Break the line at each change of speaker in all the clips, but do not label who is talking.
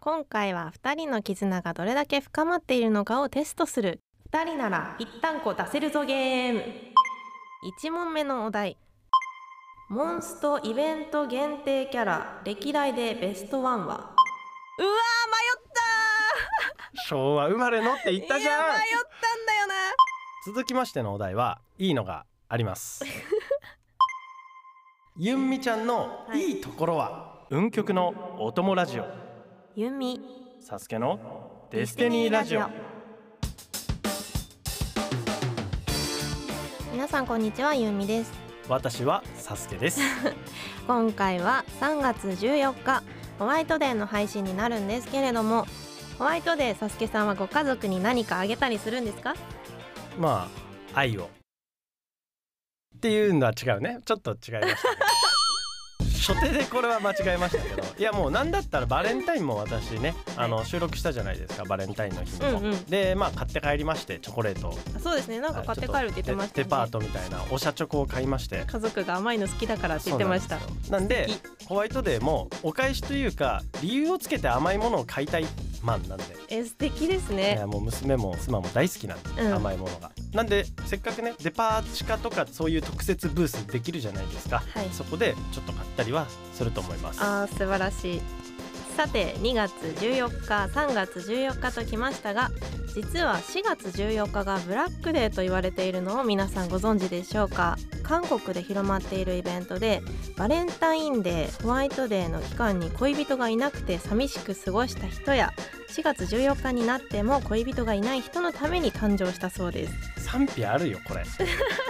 今回は2人の絆がどれだけ深まっているのかをテストする2人なら一旦こ出せるぞゲーム1問目のお題モンストイベント限定キャラ歴代でベストワンはうわ
昭和生まれのって言ったじゃん
いや迷ったんだよな
続きましてのお題はいいのがあります ユンミちゃんのいいところは、運極のお供ラジオ
ユミ
サスケのデスティニーラジオ
皆さんこんにちはユミです
私はサスケ です
今回は3月14日ホワイトデーの配信になるんですけれどもホワイトデーサスケさんはご家族に何かあげたりするんですか
まあ愛をっていうのは違うねちょっと違い ましたけど初手でこれは間違えましたけどいやもうなんだったらバレンタインも私ねあの収録したじゃないですかバレンタインの日にも、
うんうん
でまあ買って帰りましてチョコレートを
そうですねなんか買って帰るって言ってました
デ
よ
デ
ね、
パートみたいなお社チョコを買いまして
家族が甘いの好きだからって言ってました
そうなんですよ
素
なんでホワイトデーもお返しというか理由をつけて甘いものを買いたいマンなんで
え素敵です
い
ね
やもう娘も妻も大好きなんで、
うん
甘いものがなんでせっかくねデパー地下とかそういう特設ブースできるじゃないですか、
はい
そこでちょっと買ったりはすると思います
あー素晴らしいさて2月14日3月14日ときましたが実は4月14日がブラックデーと言われているのを皆さんご存知でしょうか韓国で広まっているイベントでバレンタインデーホワイトデーの期間に恋人がいなくて寂しく過ごした人や4月14日になっても恋人がいない人のために誕生したそうです
賛否あるよ これ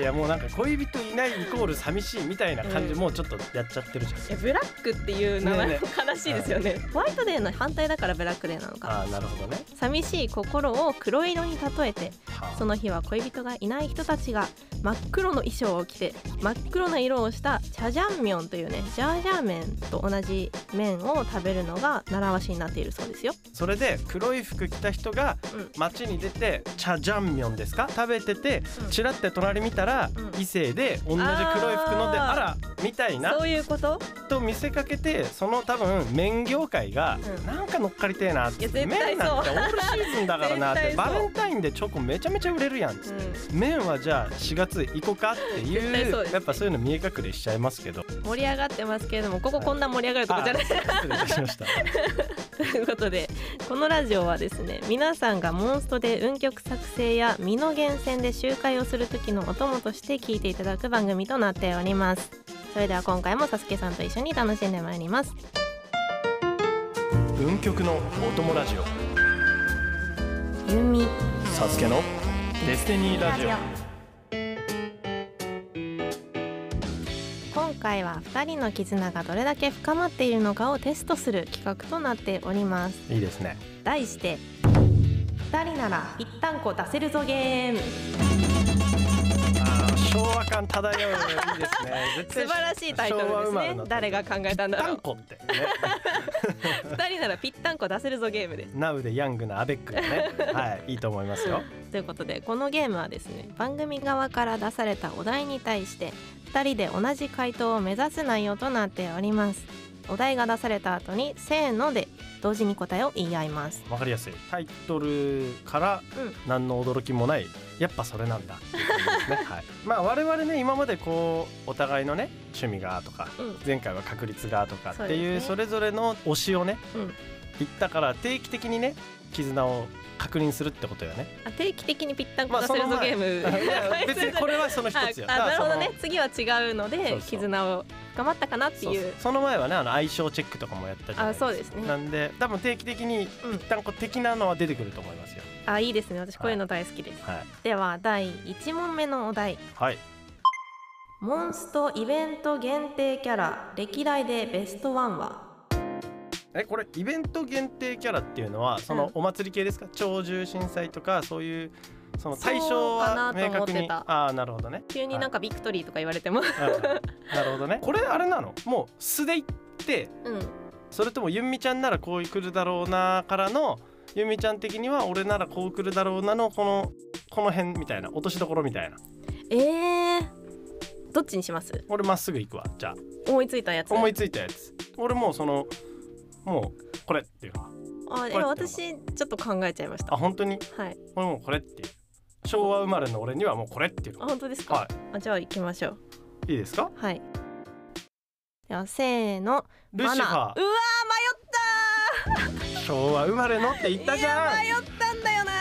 いやもうなんか恋人いないイコール寂しいみたいな感じ、
うん
もうちょっとやっちゃってる じゃん
ブラックっていう
名前もね
悲
しいですよ
ねホワイトデーの反対だからブラックデーなのか
ああなるほどね
寂しい心を黒色に例えて
はあ
その日は恋人がいない人たちが真っ黒の衣装を着て真っ黒な色をしたチャジャンミョンというねジャージャー麺と同じ麺を食べるのが習わしになっているそうですよ
それで黒い服着た人が
うん
街に出て「チャジャンミョン」ですか食べてて
うん
チラって隣見たら、
うん
異性で同じ黒い服ので
あー
あらみたいな
ういうこと
と見せかけてその多分麺業界が、
うん
なんか乗っかりてえなって
いや絶対
麺なんてオールシーズンだからなって
絶対
バ
そう
レンタインでチョコめちゃめちゃ売れるやんっつって、麺はじゃあ4月行こうかって
絶対
いう
そうですね
やっぱそういうの見え隠れしちゃいますけど
盛り上がってますけれどもこここんな盛り上がるとこじゃない
あ失礼いたしま した
ということでこのラジオはですね皆さんがモンストで運曲作成や身の源泉で集会をする時のお供として聞いていただく番組となっておりますそれでは今回もサスケさんと一緒に楽しんでまいります
文曲のお供ラジオ
ユミ
サスケのデスティニーラジオ
今回は2人の絆がどれだけ深まっているのかをテストする企画となっております
いいですね
題して2人なら一旦こ出せるぞゲーム
あー昭和感漂 うのいいですね絶
素晴
対
らしいタイトル
昭和
で
生
す
まれ
ね
の
誰が考えたんだ
タ
ろう
ンコってね
2人ならぴったんこ出せるぞゲームです
ナウでヤングなアベックがねはいいいと思いますよ
ということでこのゲームはですね番組側から出されたお題に対して2人で同じ回答を目指す内容となっておりますお題が出された後にせーので同時に答えを言い合います
わかりやすいタイトルから
うん
何の驚きもないやっぱそれな んだっていう感じですね、はい、まあ我々ね今までこうお互いのね趣味がとか
うん
前回は確率がとかっ
そう
て
です
い
ね
うそれぞれの推しをね
うん
言ったから定期的にね絆を確認するってことよね。
あ定期的にぴったんこ
まあ
出せる
その
ぞ
前
ゲーム、
いや 別にこれはその一つよ。
ああなるほどね
だ
次は違うので
そうそう
絆を深まったかなって
からその
いう
そうそうその前はねあの相性チェックとかもやったじゃない
あそうですね
なんで多分定期的に
うん
一旦こう的なのは出てくると思いますよ。
あいいですね私こういうの大好きです、
はい
では第1問目のお題
はい
モンストイベント限定キャラ歴代でベストワンは
えこれイベント限定キャラっていうのはそ
うん
のお祭り系ですか、鳥獣震災とかそういうその対象
そうかな
は
と
明
思ってた
確にああなるほどね
急になんかビクトリーとか言われても、
うんなるほどねこれあれなのもう素で行って
うん
それともゆんみちゃんならこう来るだろうなからのゆんみちゃん的には俺ならこう来るだろうなのこのこの辺みたいな落としどころみたいな
えー、どっちにします
俺まっすぐ行くわじゃあ
思いついたやつ
思いついたやつ俺もうそのもうこれっていうのは
あい
これ
や私ちょっと考えちゃいました
あ本当に
はい
これもうこれっていう昭和生まれの俺にはもうこれっていう
あ
の
本当ですか、
は
あじゃあ行きましょう
いいいですか
はいではせーの
ルシファ
マナうわ
ー昭和生まれのって言っ
ー迷った
たじゃん
いや迷ったんだよな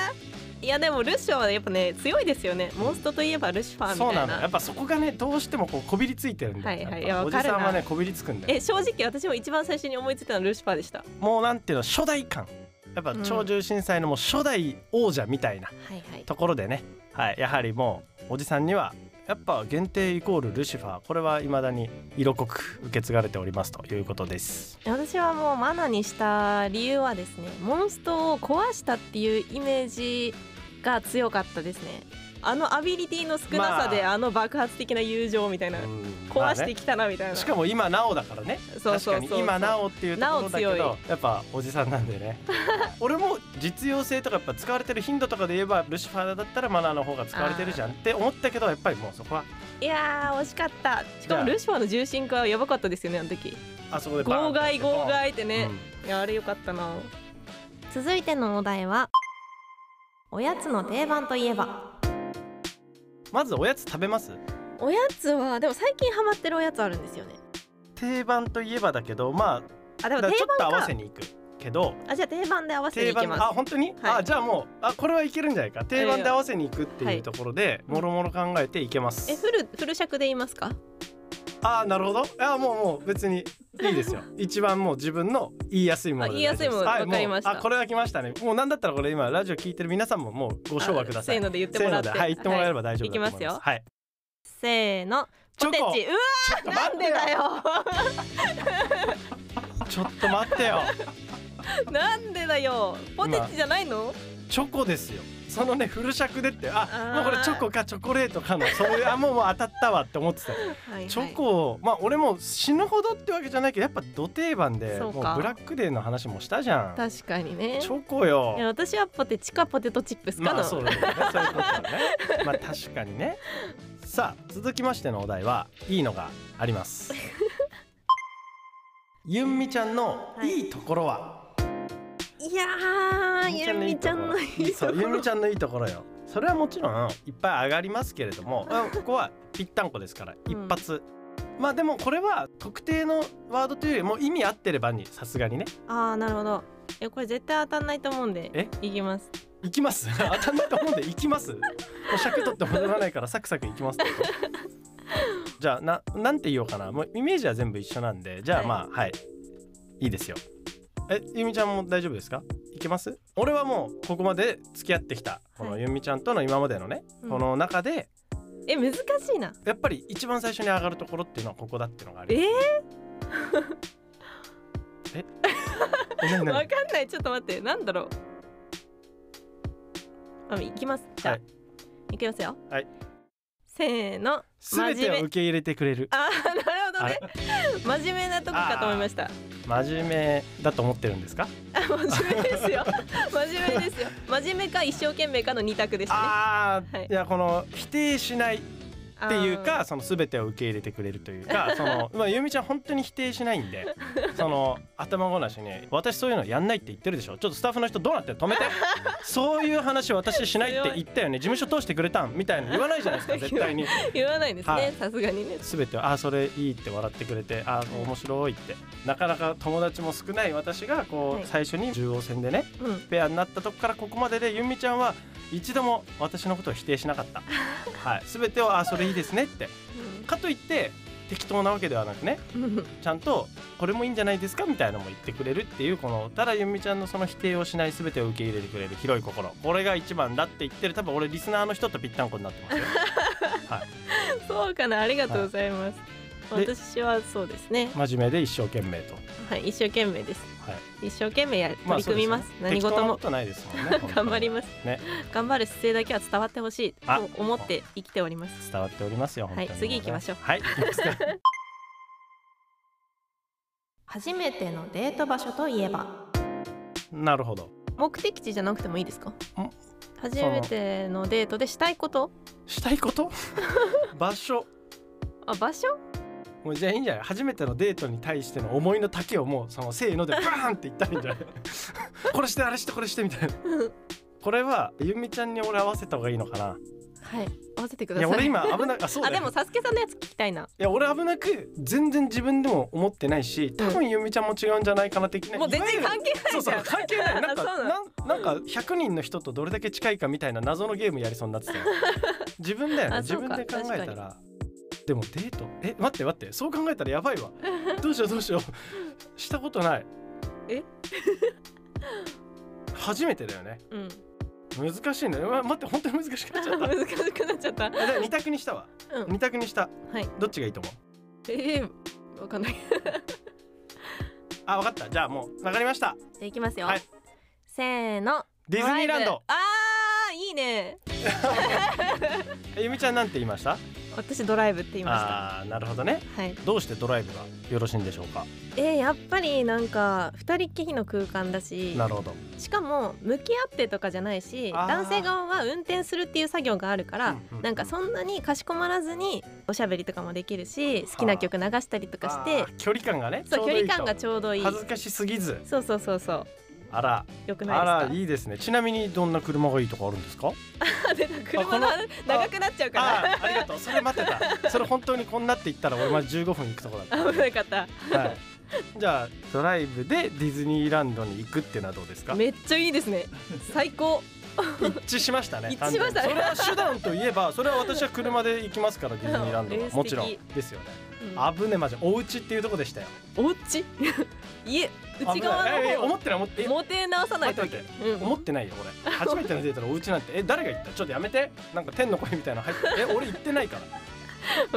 いやでもルシファーはやっぱね強いですよねモンストといえばルシファーみた
そう
い
な
な
のやっぱそこがねどうしてもこうこびりついてるんだよ、
はいはい
やっ
いや
ぱお
わ
じ
かるな
さんはねこびりつくんだよ
え正直私も一番最初に思いついたのはルシファーでしたは
もうなんていうの初代感やっぱ
うん
鳥獣震災のもう初代王者みたいない
はい
ところでね、はい、やはりもうおじさんにはやっぱ限定イコールルシファーこれは未だに色濃く受け継がれておりますということです
私はもうマナにした理由はですねモンストを壊したっていうイメージが強かったですねあのアビリティの少なさで
ま
あの爆発的な友情みたいな、
うん
壊してき
ま
たなみたい
あ
な、
ねしかも今なおだからね
そうそうそう
確かに今なおっていうところだけ
なお強
どやっぱおじさんなん でね俺も実用性とかやっぱ使われてる頻度とかで言えばルシファーだったらマナーの方が使われてるじゃんって思ったけどやっぱりもうそこはい
やー惜しかったしかも
じゃあ
ルシファーの重心化はやばかったですよねあの時
あそこでバーン
号外号外ってね、
うん
いやあれよかったな続いてのお題はおやつの定番といえば
まずおやつ食べます
おやつはでも最近ハマってるおやつあるんですよね
定番といえばだけどまあ
あでも
だから
定
ちょっと合
番か
わせにいくけど
あじゃあ定番で合わせて
定
いき
番
ま
あ
す
本当に、
はい
あじゃあもうあこれはいけるんじゃないか定番で合わせにいくって
はいいう
ところで、もろもろ考えていけます
えフルフル尺で言いますか
あなるほどあもうもう別にい いですよ一番もう自分の言いやすいもので
あ言いやすいもの
大丈夫
わかり
で
ますした
はいもうあこれが来ましたねもうなんだったらこれ今ラジオ聞いてる皆さんももうご唱和ください
あせーので言ってもらって
せーのではい言ってもらえれば大丈夫だと思いま
はいいきま
す,、
すよ
はい
せーの
チ
ポ
ョ
テ
コ
チうわ
ちょっと
な
待
んでだよ
ってよちょっと待ってよ
なんでだよポテチじゃないの
チョコですよそのねフル尺でってあ
あー
もうこれチョコかチョコレートかのそういうあもうもう当たったわって思ってたよ
はいはい
チョコまあ俺も死ぬほどってわけじゃないけどやっぱ土定番で
そう
もうブ
か
ラックデーの話もしたじゃん
確かにね
チョコ
いや
よ
私はポテチかポテトチップスかの、
まあそうだよねそういうことだねまあ確かにねさあ続きましてのお題はいいのがあります ユンミちゃんのいいところは、
いやーゆみちゃんのいいと
そう
こ
ゆみ
ろ
ちゃんのいいところよそれはもちろんいっぱい上がりますけれ どもあここはぴったんこですから
ん
一発、まあでもこれは特定のワードというよりも意味合ってればにさすがにね
あーなるほどえこれ絶対当たんないと思うんで
え
いきます
いきます 当たんないと思うんでいきますもう尺取って戻らないからサクサクいきますってことじゃあななんて言おうかなもうイメージは全部一緒なんでじゃあ
はい
まあはい、い、いですよえゆみちゃんも大丈夫ですかいけます俺はもうここまで付き合ってきたこの
はい
ゆみちゃんとの今までのね、
うん
この中で
え難しいな
やっぱり一番最初に上がるところっていうのはここだっていうのがあ
え
り
ー、
ます何
わ
何
かんないちょっと待ってなんだろうあいきますじゃあ、
はい
い、きますよ
はい
せーの
全てを受け入れてくれる
あーな
あ
る
れ
ほどね真面目なとこかと思いました
真面目だと思ってるんですか
あ真面目です よ真面目ですよ真面目か一生懸命かの二択ですね
ああ、
はい
い、やこの否定しない
あ
っていう
ー
かその全てを受け入れてくれるとい うかその、まあ、ゆみちゃん本当に否定しないんでその頭ごなしに「私そういうのやんないって言ってるでしょちょっとスタッフの人どうなってる止 めてそういう話私しないって言ったよね事務所通してくれたん」みたいな言わないじゃないです か絶対に。
言わないです
はい
ねさすがにね
全てをあーそれいいって笑ってくれてあー面白いってなかなか友達も少ない私がこう、
はい
最初に中央戦でね
うん
ペアになったとこからここまででゆみちゃんは一度も私のことを否定しな かった、はい、全てをあーそれいいですねってかといって適当なわけではなくね
うん
ちゃんとこれもいいんじゃないですかみたいなのも言ってくれるっていうこのただゆみちゃんのその否定をしない全てを受け入れてくれる広い心これが一番だって言ってる多分俺リスナーの人とぴったんこになってますよ
そうかなありがとうございます、
はいで
私はそうですね
真面目で一生懸命と。
はい一生懸命です
はい
一生懸命や取り組みます,、
まあそうでね
何事
適当な
も
ことないですもんね
頑張ります
すね
頑張る姿勢だけは伝わってほしい
あ
と思って生きております
伝わっておりますよ
はい
本当にもうね
次行きましょう
はい行きますか
初めてのデート場所といえば
なるほど
目的地じゃなくてもいいですか
ん
初めてのデー トでしたいこと
したいこと場所
あ場所
もうじゃあいいんじゃない初めてのデートに対しての思いの丈をもうそのせー のでバーンって言ったらいいんじゃないこれしてあれしてこれしてみたいなこれはゆみちゃんに俺合わせた方がいいのかな
はい合わせてくだ
い
さい
や俺今危 なくあそうだ
あ
よね
でもサスケさんのやつ聞きたいない
や俺危なく全然自分でも思ってないし多分ゆみちゃんも違うんじゃないかな的な、
もう全然関係な
そう
いじ
そう
ゃん
関係ないなんか
そうな
なんなんか100人の人とどれだけ近いかみたいな謎のゲームやりそうになって たよ自分だよね
あ
自
そう
分
か
で考えたらでもデートえ待って待ってそう考えたらやばい わどうしようどうしようしたことない
え
初めてだよね
うん
難しいねうわ待って本当に難しくなっちゃっ た
難しくなっちゃった
あじゃあ2択にしたわ
うん
2択にした
はい
どっちがいいと思う
えー、わかんないじ
あ分かったじゃあもう分かりました
ゃあいきますよ、
はい
せーの
ディズニーラ
ドラ
ン
イ
ド
ブあーいいね
えゆみちゃんなんて言いました
私ドライブって言いま
ああーなるほどね
したはい
どうしてドライブがよろしいんでしょうか
えー、やっぱりなんか二人っきりの空間だし
なるほど
しかも向き合ってとかじゃないし
あー
男性側は運転するっていう作業があるから、
うんうんうん
なんかそんなにかしこまらずにおしゃべりとかもできるし好きな曲流したりとかして
あー距離感がね
そう距
ちょどい
離
いと
感がちょうどいい
恥ずかしすぎず
そうそうそうそう
あら
よく
あ
ない
ら
です
いいですねちなみにどんな車がいいとかあるんですか
か で車の
あ
長くなっちゃうか
あーありがとうそれ待ってた それ本当にこんなって言ったら俺まで15分行くとこだ
ら 危なかっ
った、はい、じゃあドライブでディズニーランドに行くっていうのはどうです
た
か
めっちゃいいです ね最高
一致しましたね
一致しましたね
完全にそれは手段といえばそれは私は車で行きますからディズニーランド
う
は
ん
もちろん
素
ですよね
うん
危ねえマジお家っていうとこでしたよ
お 家家内側
危ないええ
の
思
方
ってない思ってえ
モテ直さないと
待って
うん
思ってないよ俺初めてのデートのお家なんてえ誰が言ったちょっとやめてなんか天の声みたいなの入ってえ俺行ってない か
わ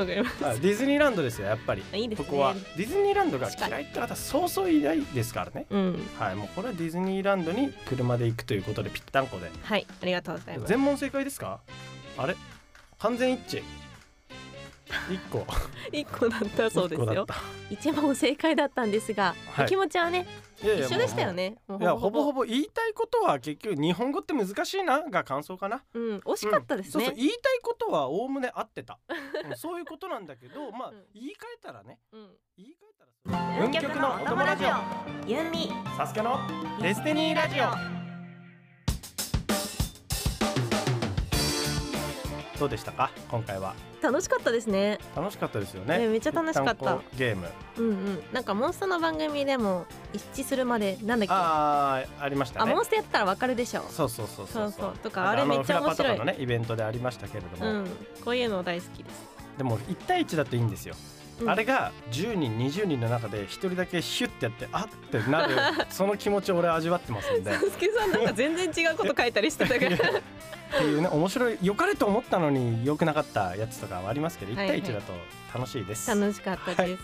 かりま
らあディズニーランドですよやっぱり
すいいですね
ここはディズニーランドが嫌いって方そうそういないですからね
うん
はいもうこれはディズニーランドに車で行くということでぴったんこで
はいありがとうございます
全問正解ですかあれ完全一致一個
一個だった そうです
一個だっ
よ
た
一問正解だったんですが、
はい
お気持ちはね
いやいや
一緒でしたよねもう
もうもういやほぼほぼ言いたいことは結局日本語って難しいなが感想かな
うん惜しかったですね、
そうそう言いたいことはおおむね合って たうんそういうことなんだけどまあ、
うん
言い換えたらね言い換えたら
うんオユンミ
サスケのデスティニーラジオどうでしたか今回は
楽しかったですね
楽しかったですよね
ねめっちゃ楽しかった
ぺたんこゲーム
うんうんなんかモンスターの番組でも一致するまでなんだっけあ,、
あーありましたね
モンスターやったらわかるでしょ
そうそうそうそう
そうそうとかあれめっちゃ
の
面白い
フラパとかのねイベントでありましたけれど
う
も、
うんこういうの大好きです
でも1対1だといいんですよ、
うん
あれが10人20人の中で1人だけヒュッてやってあってな るその気持ちを俺は味わってますんで。
すけ さんなんか全然違うこと書いたりしてた
いやっ
から
ていうね面白い良かれと思ったのに良くなかったやつとかはありますけど1
はいはい
対1だと楽しいです。
楽しかったです、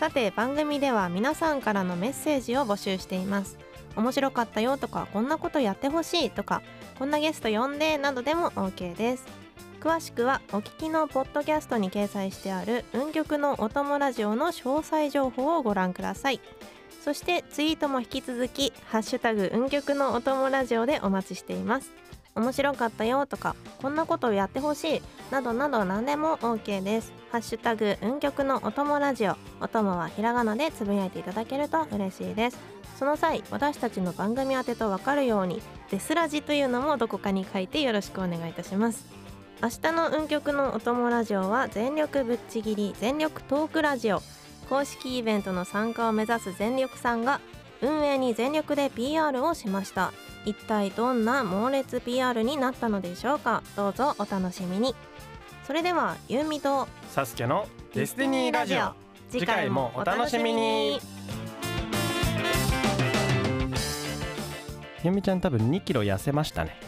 さて番組では皆さんからのメッセージを募集しています面白かったよとかこんなことやってほしいとかこんなゲスト呼んでなどでも OK です詳しくはお聞きのポッドキャストに掲載してある運極のお供ラジオの詳細情報をご覧くださいそしてツイートも引き続きハッシュタグ運極のお供ラジオでお待ちしています面白かったよとかこんなことをやってほしいなどなど何でも OK です。ハッシュタグ運極のお供ラジオ、お供はひらがなでつぶやいていただけると嬉しいです。その際、私たちの番組宛てとわかるように、デスラジというのもどこかに書いてよろしくお願いいたします。明日の運極のお供ラジオは全力ぶっちぎり全力トークラジオ。公式イベントの参加を目指す全力さんが運営に全力で PR をしました。一体どんな猛烈 PR になったのでしょうかどうぞお楽しみにそれではユーミと
サスケのデスティニーラジオ
次回もお楽しみに
ゆみちゃん多分2キロ痩せましたね。